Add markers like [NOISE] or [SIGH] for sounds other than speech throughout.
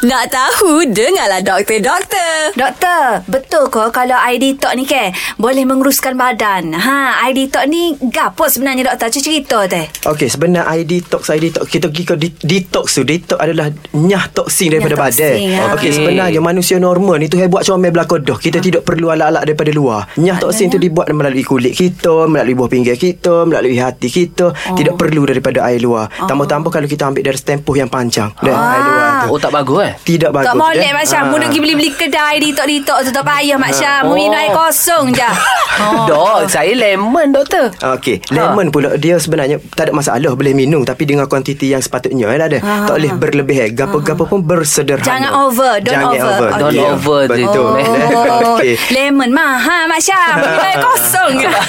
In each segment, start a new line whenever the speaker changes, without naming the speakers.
Nak tahu, dengarlah doktor, doktor.
Doktor, betul ke kalau air detox ni ke boleh menguruskan badan? Ha, air detox ni gapo sebenarnya doktor? Cuci cerita teh.
Okey, sebenar air detox, air detox. Kita pergi ke di- detox tu. Detox adalah nyah toksin daripada
Nyah toksin,
badan.
ya.
Okey, sebenarnya manusia normal ni tu hebat comel belakang
Ah.
dah. Kita tidak perlu alat-alat daripada luar. Nyah toksin tu dibuat melalui kulit kita, melalui buah pinggir kita, melalui hati kita.
Oh.
Tidak perlu daripada air luar. Tambah-tambah kalau kita ambil dari stempoh yang panjang. Dan air luar tu.
Oh tak bagus eh
Tidak
Ah.
bagus.
Tak
eh.
boleh Mak Syah.
Ah.
Mula pergi beli-beli kedai detox-detox tu tak payah Mak Syah. Mu minum air kosong je.
oh. [LAUGHS] Dok Saya lemon doktor
Okey,
Ah.
lemon pula dia sebenarnya tak ada masalah boleh minum tapi dengan kuantiti yang sepatutnya eh, ada. Tak boleh berlebih eh. Gapo-gapo pun bersederhana.
Ah. Jangan over, don't
Jangan
over.
over.
Don't
Ya,
over dia tu.
Betul.
Oh,
[LAUGHS] Okey.
lemon mahal Mak Syah. Mu minum air kosong je.
Tak-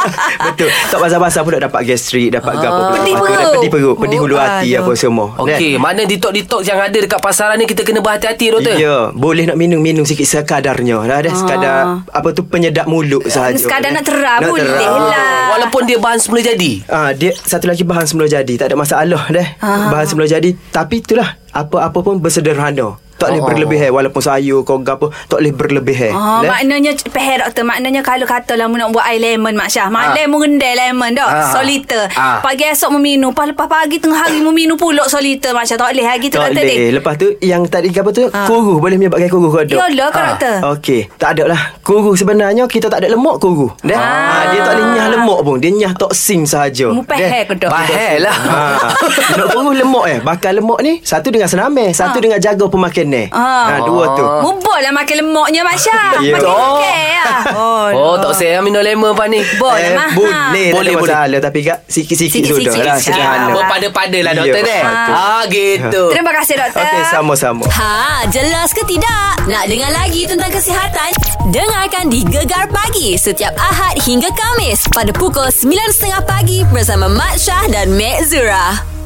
[LAUGHS] Betul. Tak basah-basah pula dapat gastrik, dapat gapo pula.
Ah, Pedih
Apa tu,
perut.
Pedih perut, pedih hulu
Oh,
hati
aduh.
apa semua. Kan?
Okey Mana detox-detox yang ada Dekat pasaran ni Kita kena berhati-hati doktor
Ya, boleh nak minum-minum sikit sekadarnya. Dah dah sekadar apa tu penyedap mulut
Ah.
sahaja. Kan?
Sekadar nak terah boleh lah.
Walaupun dia bahan semula jadi
Ah, dia satu lagi bahan semula jadi tak ada masalah deh. Ah. Bahan semula jadi tapi itulah apa-apa pun bersederhana. Tak boleh berlebih eh walaupun sayur kau gapo tak boleh berlebih eh.
Oh,
Deh.
maknanya Peh doktor Maknanya kalau katalah mu Nak buat air lemon Mak Syah Mak
Ah.
ha. lemon rendai lemon dok ha.
Ah.
Soliter ha.
Ah.
Pagi esok mu minum Lepas, lepas pagi tengah hari mu minum pulak soliter Mak Syah tak boleh Hari tu
tak
doktor
boleh.
tadi
Lepas tu yang tadi apa tu? Kuruh boleh menyebabkan kuruh kau dok. Ah,
Yalah Ya kau doktor
Okey, tak ada lah. Kuruh sebenarnya kita tak ada lemak kuruh. Deh. Ah. dia tak boleh nyah lemak pun. Dia nyah toksin sahaja.
Mu peh ke dok
Bahel lah
Ha. Nak kuruh lemak eh. Bakar lemak ni satu dengan senamai, satu dengan jaga pemakanan.
Ah.
Ha. dua tu.
Mu boleh lah makan lemaknya Mak Syah
[LAUGHS] Ya.
Makan
Oh.
lemak lah Oh,
[LAUGHS] Oh tak saya minum lemon pak ni
Boleh
eh,
mahal
Boleh
Boleh,
Boleh
boleh.
boleh Tapi kat sikit-sikit
Sikit-sikit Ah.
sudah lah
saja.
Sederhana
Berpada-pada lah doktor
Ya,
deh
betul.
Ah
Ya.
gitu
Terima kasih doktor
Okey sama-sama
Ha, jelas ke tidak? Nak dengar lagi tentang kesihatan? Dengarkan di Gegar Pagi setiap Ahad hingga Kamis pada pukul 9.30 pagi bersama Mat Syah dan Mek Zura.